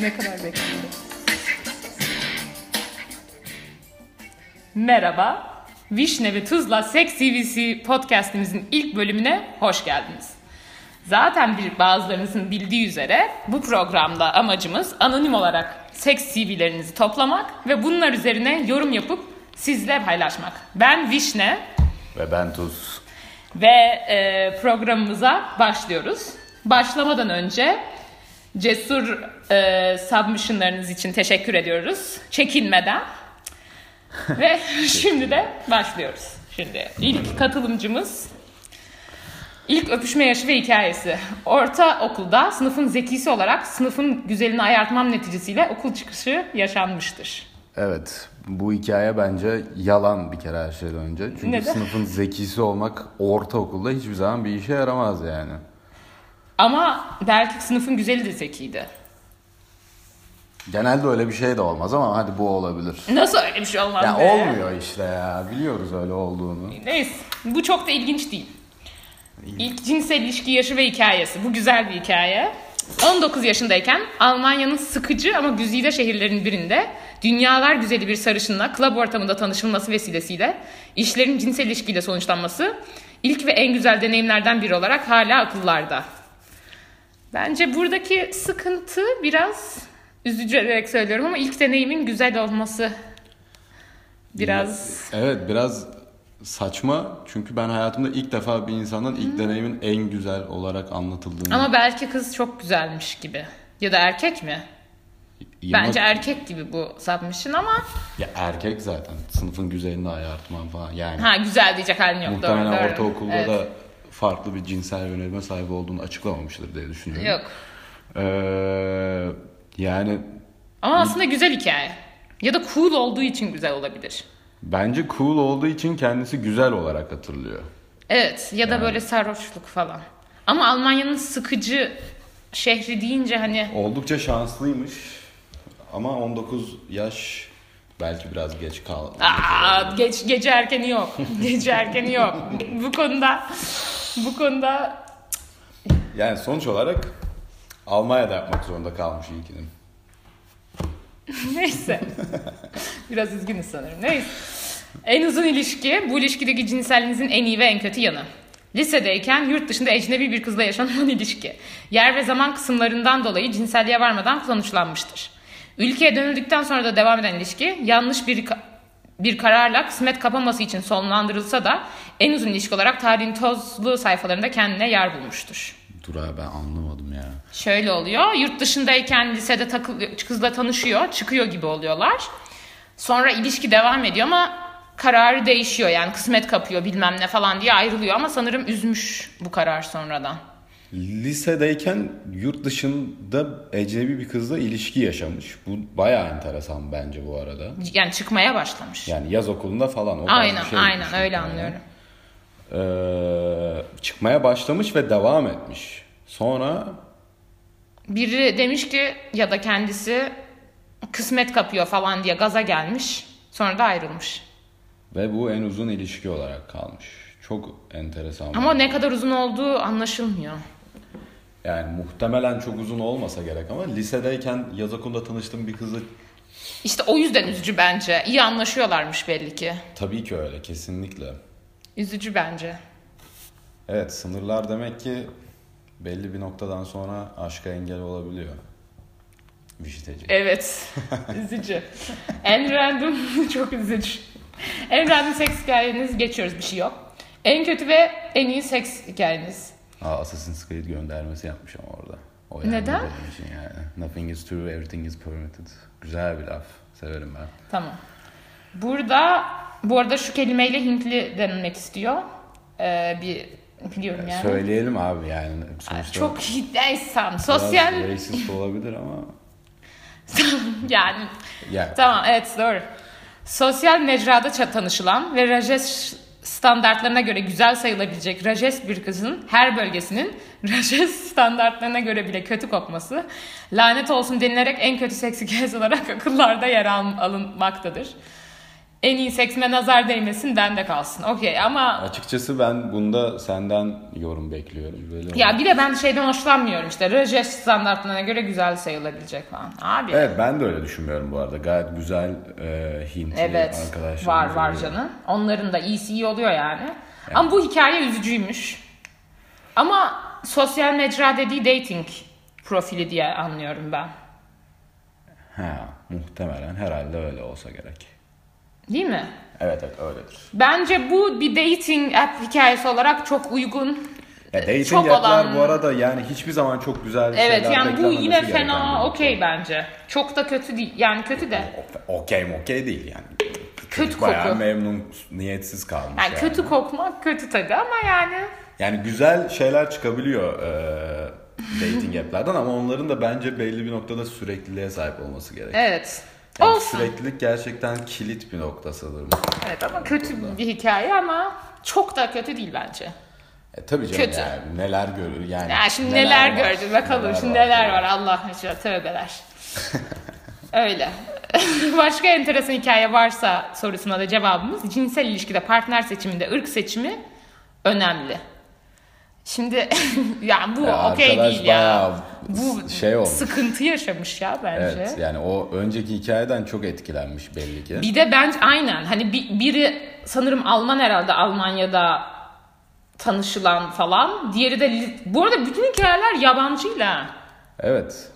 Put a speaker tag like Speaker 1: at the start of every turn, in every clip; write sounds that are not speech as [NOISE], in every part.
Speaker 1: ne kadar bekleyelim. Merhaba. Vişne ve Tuzla Sex CVC podcastimizin ilk bölümüne hoş geldiniz. Zaten bir bazılarınızın bildiği üzere bu programda amacımız anonim olarak seks CV'lerinizi toplamak ve bunlar üzerine yorum yapıp sizle paylaşmak. Ben Vişne
Speaker 2: Ve ben Tuz.
Speaker 1: ve e, programımıza başlıyoruz. Başlamadan önce cesur e, submissionlarınız için teşekkür ediyoruz.
Speaker 2: [LAUGHS]
Speaker 1: Çekinmeden. ve şimdi de başlıyoruz. Şimdi ilk katılımcımız ilk öpüşme yaşı ve hikayesi. Orta okulda sınıfın zekisi olarak sınıfın güzelini ayartmam neticesiyle okul çıkışı yaşanmıştır.
Speaker 2: Evet bu hikaye bence yalan bir kere her şeyden önce. Çünkü
Speaker 1: Neden?
Speaker 2: sınıfın zekisi olmak ortaokulda hiçbir zaman bir işe yaramaz yani.
Speaker 1: Ama belki sınıfın güzeli de zekiydi.
Speaker 2: Genelde öyle bir şey de olmaz ama hadi bu olabilir.
Speaker 1: Nasıl öyle bir şey olmaz
Speaker 2: Ya
Speaker 1: be?
Speaker 2: olmuyor işte ya biliyoruz öyle olduğunu.
Speaker 1: Neyse bu çok da ilginç değil. İlk cinsel ilişki yaşı ve hikayesi. Bu güzel bir hikaye. 19 yaşındayken Almanya'nın sıkıcı ama güzide şehirlerin birinde dünyalar güzeli bir sarışınla klub ortamında tanışılması vesilesiyle işlerin cinsel ilişkiyle sonuçlanması ilk ve en güzel deneyimlerden biri olarak hala akıllarda. Bence buradaki sıkıntı biraz üzücü olarak söylüyorum ama ilk deneyimin güzel olması biraz
Speaker 2: Evet biraz saçma çünkü ben hayatımda ilk defa bir insandan ilk deneyimin en güzel olarak anlatıldığını...
Speaker 1: Ama belki kız çok güzelmiş gibi. Ya da erkek mi?
Speaker 2: Yılmaz-
Speaker 1: Bence er- erkek gibi bu sapmışın ama
Speaker 2: Ya erkek zaten sınıfın güzelini ayartman falan yani.
Speaker 1: ha güzel diyecek halin yok. Doğru,
Speaker 2: Muhtemelen
Speaker 1: doğru.
Speaker 2: ortaokulda
Speaker 1: Evet.
Speaker 2: da farklı bir cinsel yönelime sahip olduğunu açıklamamıştır diye düşünüyorum.
Speaker 1: Yok.
Speaker 2: Ee, yani
Speaker 1: Ama aslında güzel hikaye. Ya da cool olduğu için güzel olabilir.
Speaker 2: bence cool olduğu için kendisi güzel olarak hatırlıyor.
Speaker 1: Evet ya da böyle sarhoşluk falan. Ama Almanya'nın sıkıcı şehri deyince hani
Speaker 2: Oldukça şanslıymış ama 19 yaş belki biraz geç kaldı.
Speaker 1: Aa, geç, gece erkeni yok. [LAUGHS] Gece erkeni yok. bu konuda bu konuda
Speaker 2: Yani sonuç olarak Almanya'da yapmak zorunda kalmış ilkini.
Speaker 1: Neyse. [LAUGHS] Biraz üzgünüz sanırım. Neyse. En uzun ilişki, bu ilişkideki cinselliğinizin en iyi ve en kötü yanı. Lisedeyken yurt dışında ecnebi bir kızla yaşanan [LAUGHS] ilişki. Yer ve zaman kısımlarından dolayı cinselliğe varmadan sonuçlanmıştır. Ülkeye dönüldükten sonra da devam eden ilişki yanlış bir ka- bir kararla kısmet kapaması için sonlandırılsa da en uzun ilişki olarak tarihin tozlu sayfalarında kendine yer bulmuştur.
Speaker 2: Dur abi ben anlamadım ya.
Speaker 1: Şöyle oluyor. Yurt dışındayken lisede takılıyor, kızla tanışıyor. Çıkıyor gibi oluyorlar. Sonra ilişki devam ediyor ama kararı değişiyor. Yani kısmet kapıyor bilmem ne falan diye ayrılıyor. Ama sanırım üzmüş bu karar sonradan.
Speaker 2: Lisedeyken yurt dışında ecnebi bir kızla ilişki yaşamış. Bu bayağı enteresan bence bu arada.
Speaker 1: Yani çıkmaya başlamış.
Speaker 2: Yani yaz okulunda falan. O tarz
Speaker 1: aynen
Speaker 2: bir şey
Speaker 1: aynen
Speaker 2: düşünüyorum
Speaker 1: öyle
Speaker 2: yani.
Speaker 1: anlıyorum.
Speaker 2: Ee, çıkmaya başlamış ve devam etmiş. Sonra
Speaker 1: Biri demiş ki ya da kendisi kısmet kapıyor falan diye gaza gelmiş. Sonra da ayrılmış.
Speaker 2: ve bu en uzun ilişki olarak kalmış. Çok enteresan.
Speaker 1: Ama ne kadar uzun olduğu anlaşılmıyor.
Speaker 2: Yani muhtemelen çok uzun olmasa gerek ama lisedeyken yaz okulunda tanıştığım bir kızla
Speaker 1: İşte o yüzden üzücü bence. İyi anlaşıyorlarmış belli ki.
Speaker 2: tabii ki öyle kesinlikle.
Speaker 1: Üzücü bence.
Speaker 2: Evet sınırlar demek ki belli bir noktadan sonra aşka engel olabiliyor. Vişiteci.
Speaker 1: Evet. üzücü. En random [LAUGHS] çok üzücü. En random seks hikayeniz geçiyoruz bir şey yok. En kötü ve en iyi seks hikayeniz.
Speaker 2: Aa, Assassin's Creed göndermesi yapmış ama orada. O yani
Speaker 1: Neden?
Speaker 2: Benim için yani. Nothing is true, everything is permitted. Güzel bir laf. Severim ben.
Speaker 1: Tamam. Burada bu arada şu kelimeyle Hintli denilmek istiyor. Ee, bir
Speaker 2: Ee,
Speaker 1: biliyorum yani.
Speaker 2: Söyleyelim abi yani. Sonuçta
Speaker 1: Çok Hintliysem
Speaker 2: biraz
Speaker 1: sosyal
Speaker 2: racist olabilir ama.
Speaker 1: [LAUGHS] yani [LAUGHS]
Speaker 2: Ya
Speaker 1: Tamam evet doğru. Sosyal mecrada ça- tanışılan ve Rajesh standartlarına göre güzel sayılabilecek Rajesh bir kızın her bölgesinin [LAUGHS] Rajesh standartlarına göre bile kötü kokması [LAUGHS] lanet olsun denilerek en kötü seksi hikayesi olarak akıllarda yer al- alınmaktadır. En iyi seksme nazar değmesin bende kalsın. Okey ama
Speaker 2: Açıkçası ben bunda senden yorum bekliyorum. Böyle
Speaker 1: ya bir de ben şeyden hoşlanmıyorum işte. Röjeş standartlarına göre güzel sayılabilecek falan. Abi evet,
Speaker 2: Evet ben de öyle düşünmüyorum bu arada. Gayet güzel e, Hintli arkadaşlarımız
Speaker 1: var var
Speaker 2: oluyor.
Speaker 1: canım. Onların da iyisi iyi oluyor yani. Ama bu hikaye üzücüymüş. Ama sosyal mecra dediği dating profili diye anlıyorum ben.
Speaker 2: Ha, muhtemelen herhalde öyle olsa gerek.
Speaker 1: Değil mi?
Speaker 2: Evet evet öyledir.
Speaker 1: Bence bu bir dating app hikayesi olarak çok uygun.
Speaker 2: Ya dating
Speaker 1: Ee, çok
Speaker 2: app'ler
Speaker 1: olan-
Speaker 2: bu arada yani hiçbir zaman çok güzel şeyler
Speaker 1: Evet yani bu
Speaker 2: beklenmemesi
Speaker 1: yine
Speaker 2: gereken bir şey.
Speaker 1: fena
Speaker 2: nokta.
Speaker 1: okey bence. Çok da kötü değil. Yani kötü de.
Speaker 2: O- Okey okey değil yani.
Speaker 1: Kötü
Speaker 2: Bayağı
Speaker 1: koku.
Speaker 2: memnun, niyetsiz kalmış
Speaker 1: Yani
Speaker 2: yani.
Speaker 1: kötü kokmak kötü tabii ama yani.
Speaker 2: Yani güzel şeyler çıkabiliyor e, dating app'lerden ama onların da bence belli bir noktada sürekliliğe sahip olması gerek.
Speaker 1: Evet.
Speaker 2: Yani
Speaker 1: Olsun.
Speaker 2: Süreklilik gerçekten kilit bir nokta sanırım.
Speaker 1: Evet ama kötü bir hikaye ama çok da kötü değil bence.
Speaker 2: E, tabii canım
Speaker 1: Kötü.
Speaker 2: yani neler görür yani.
Speaker 1: Ya şimdi neler,
Speaker 2: var,
Speaker 1: gördün bakalım şimdi neler var Allah aşkına tövbeler.
Speaker 2: [LAUGHS]
Speaker 1: Öyle. [LAUGHS] Başka enteresan hikaye varsa sorusuna da cevabımız cinsel ilişkide partner seçiminde ırk seçimi önemli. Şimdi [LAUGHS] yani bu
Speaker 2: Ya
Speaker 1: okey
Speaker 2: arkadaş
Speaker 1: değil ya.
Speaker 2: bayağı
Speaker 1: Bu
Speaker 2: şey olmuş.
Speaker 1: sıkıntı yaşamış ya bence.
Speaker 2: Evet yani o önceki hikayeden çok etkilenmiş belli ki.
Speaker 1: Bir de bence aynen hani bi- biri sanırım Alman herhalde Almanya'da tanışılan falan. Diğeri de Li- bu arada bütün hikayeler yabancıyla.
Speaker 2: Evet.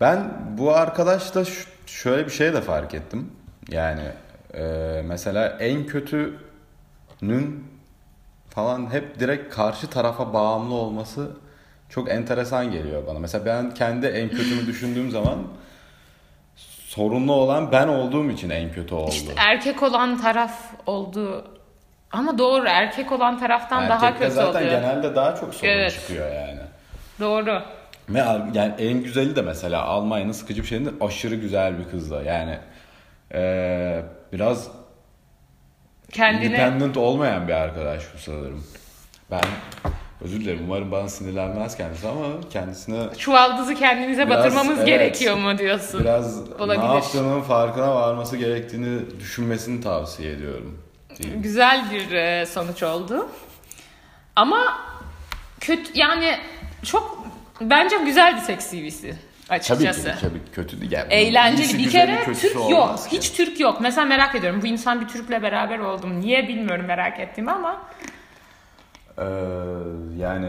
Speaker 2: Ben bu arkadaşta ş- şöyle bir şey de fark ettim. Yani e, mesela en kötünün falan hep direkt karşı tarafa bağımlı olması çok enteresan geliyor bana. Mesela ben kendi en kötümü düşündüğüm zaman sorunlu olan ben olduğum için en kötü oldu.
Speaker 1: İşte erkek olan taraf oldu. Ama doğru erkek olan taraftan daha
Speaker 2: Erkekte
Speaker 1: kötü
Speaker 2: zaten
Speaker 1: oluyor.
Speaker 2: genelde daha çok sorun
Speaker 1: Evet.
Speaker 2: çıkıyor yani.
Speaker 1: Doğru.
Speaker 2: Ve Al- yani en güzeli de mesela Almanya'nın sıkıcı bir şehrinde aşırı güzel bir kızla. Yani eee, biraz
Speaker 1: Kendine
Speaker 2: independent olmayan bir arkadaş bu sanırım. Ben özür dilerim umarım bana sinirlenmez kendisi ama kendisine
Speaker 1: çuvaldızı kendimize
Speaker 2: Biraz,
Speaker 1: batırmamız
Speaker 2: evet.
Speaker 1: gerekiyor mu diyorsun?
Speaker 2: biraz
Speaker 1: Olabilir.
Speaker 2: ne yaptığının farkına varması gerektiğini düşünmesini tavsiye ediyorum. diyeyim.
Speaker 1: Güzel bir e, sonuç oldu. Ama kötü yani çok bence güzel bir seks CV'si
Speaker 2: Tabii
Speaker 1: açıkçası.
Speaker 2: ki, tabii kötü değil. Yani bunun iyisi,
Speaker 1: Eğlenceli bir
Speaker 2: güzeli,
Speaker 1: kere
Speaker 2: kötüsü
Speaker 1: Türk yok.
Speaker 2: olmaz ki.
Speaker 1: Hiç Türk yok. Mesela merak ediyorum bu insan bir Türk'le beraber oldu mu? Niye bilmiyorum merak ettiğimi ama
Speaker 2: Ee, yani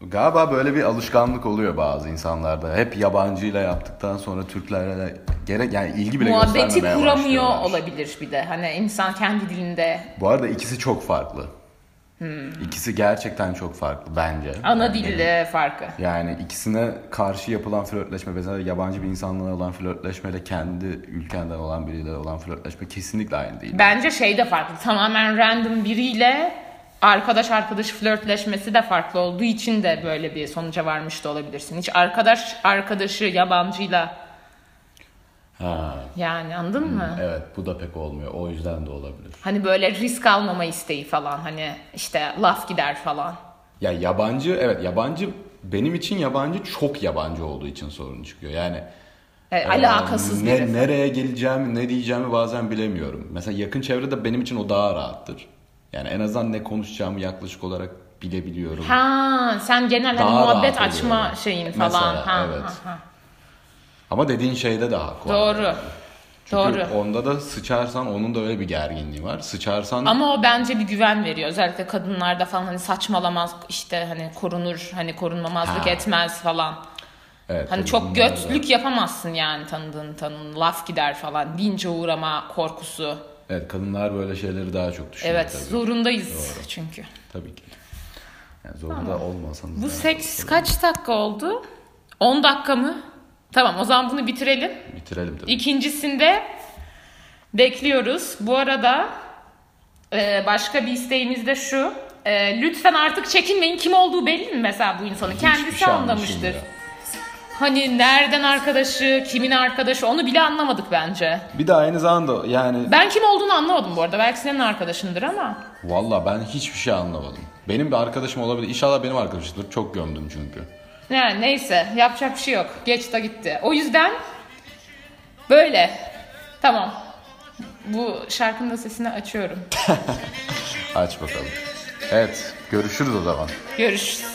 Speaker 2: galiba böyle bir alışkanlık oluyor bazı insanlarda. Hep yabancıyla yaptıktan sonra Türklerle gerek yani ilgi bile
Speaker 1: muhabbeti
Speaker 2: göstermemeye
Speaker 1: kuramıyor
Speaker 2: başlıyorlar.
Speaker 1: olabilir bir de. Hani insan kendi dilinde
Speaker 2: Bu arada ikisi çok farklı.
Speaker 1: Hmm.
Speaker 2: İkisi gerçekten çok farklı bence.
Speaker 1: ana
Speaker 2: Yani benim-
Speaker 1: dilde farkı.
Speaker 2: Yani ikisine karşı yapılan flörtleşme mesela yabancı bir insanla olan flörtleşmeyle kendi ülkenden olan biriyle olan flörtleşme kesinlikle aynı değil.
Speaker 1: Bence şey de farklı. Tamamen random biriyle arkadaş arkadaş flörtleşmesi de farklı olduğu için de böyle bir sonuca varmış da olabilirsin. Hiç arkadaş arkadaşı yabancıyla
Speaker 2: Ha,
Speaker 1: yani anladın mı?
Speaker 2: evet bu da pek olmuyor. O yüzden de olabilir.
Speaker 1: Hani böyle risk almama isteği falan hani işte laf gider falan.
Speaker 2: Ya yabancı evet yabancı benim için yabancı çok yabancı olduğu için sorun çıkıyor. Yani
Speaker 1: E, alakasız
Speaker 2: e, ne,
Speaker 1: biri.
Speaker 2: nereye geleceğimi ne diyeceğimi bazen bilemiyorum. Mesela yakın çevrede benim için o daha rahattır. Yani en azından ne konuşacağımı yaklaşık olarak bilebiliyorum.
Speaker 1: Ha sen genel hani
Speaker 2: Daha
Speaker 1: muhabbet
Speaker 2: rahat
Speaker 1: açma
Speaker 2: oluyorum.
Speaker 1: şeyin
Speaker 2: Mesela,
Speaker 1: falan. ha,
Speaker 2: evet.
Speaker 1: ha, ha.
Speaker 2: Ama dediğin şeyde daha kolay.
Speaker 1: Doğru.
Speaker 2: Çünkü
Speaker 1: Doğru.
Speaker 2: onda da sıçarsan onun da öyle bir gerginliği var. Sıçarsan
Speaker 1: Ama o bence bir güven veriyor. Özellikle kadınlarda falan hani saçmalamaz işte hani korunur hani korunmamazlık
Speaker 2: Ha.
Speaker 1: etmez falan.
Speaker 2: evet,
Speaker 1: Hani
Speaker 2: tabii
Speaker 1: çok
Speaker 2: bunlar da-
Speaker 1: götlük yapamazsın yani tanıdığın tanın laf gider falan. Dince uğrama korkusu.
Speaker 2: Evet kadınlar böyle şeyleri daha çok düşünüyor
Speaker 1: Evet
Speaker 2: tabii.
Speaker 1: zorundayız çünkü.
Speaker 2: Tabii ki. Yani zorunda olmasanız.
Speaker 1: Bu
Speaker 2: da
Speaker 1: seks kaç dakika oldu? 10 dakika mı? Tamam o zaman bunu bitirelim.
Speaker 2: bitirelim tabii.
Speaker 1: İkincisinde bekliyoruz. Bu arada e, başka bir isteğimiz de şu. E, Lütfen artık çekinmeyin. Kim olduğu belli mi mesela bu insanın? Kendisi
Speaker 2: şey
Speaker 1: anlamıştır.
Speaker 2: anlaşılmıyor.
Speaker 1: Hani nereden arkadaşı, kimin arkadaşı onu bile anlamadık bence.
Speaker 2: Bir de aynı zamanda yani
Speaker 1: Ben kim olduğunu anlamadım bu arada. Belki senin arkadaşındır ama.
Speaker 2: Valla ben hiçbir şey anlamadım. Benim bir arkadaşım olabilir. İnşallah benim arkadaşımdır. Çok gömdüm çünkü.
Speaker 1: Yani neyse yapacak bir şey yok. Geç de gitti. O yüzden böyle. Tamam. Bu şarkının da sesini açıyorum.
Speaker 2: Aç bakalım. Evet görüşürüz o zaman.
Speaker 1: Görüşürüz.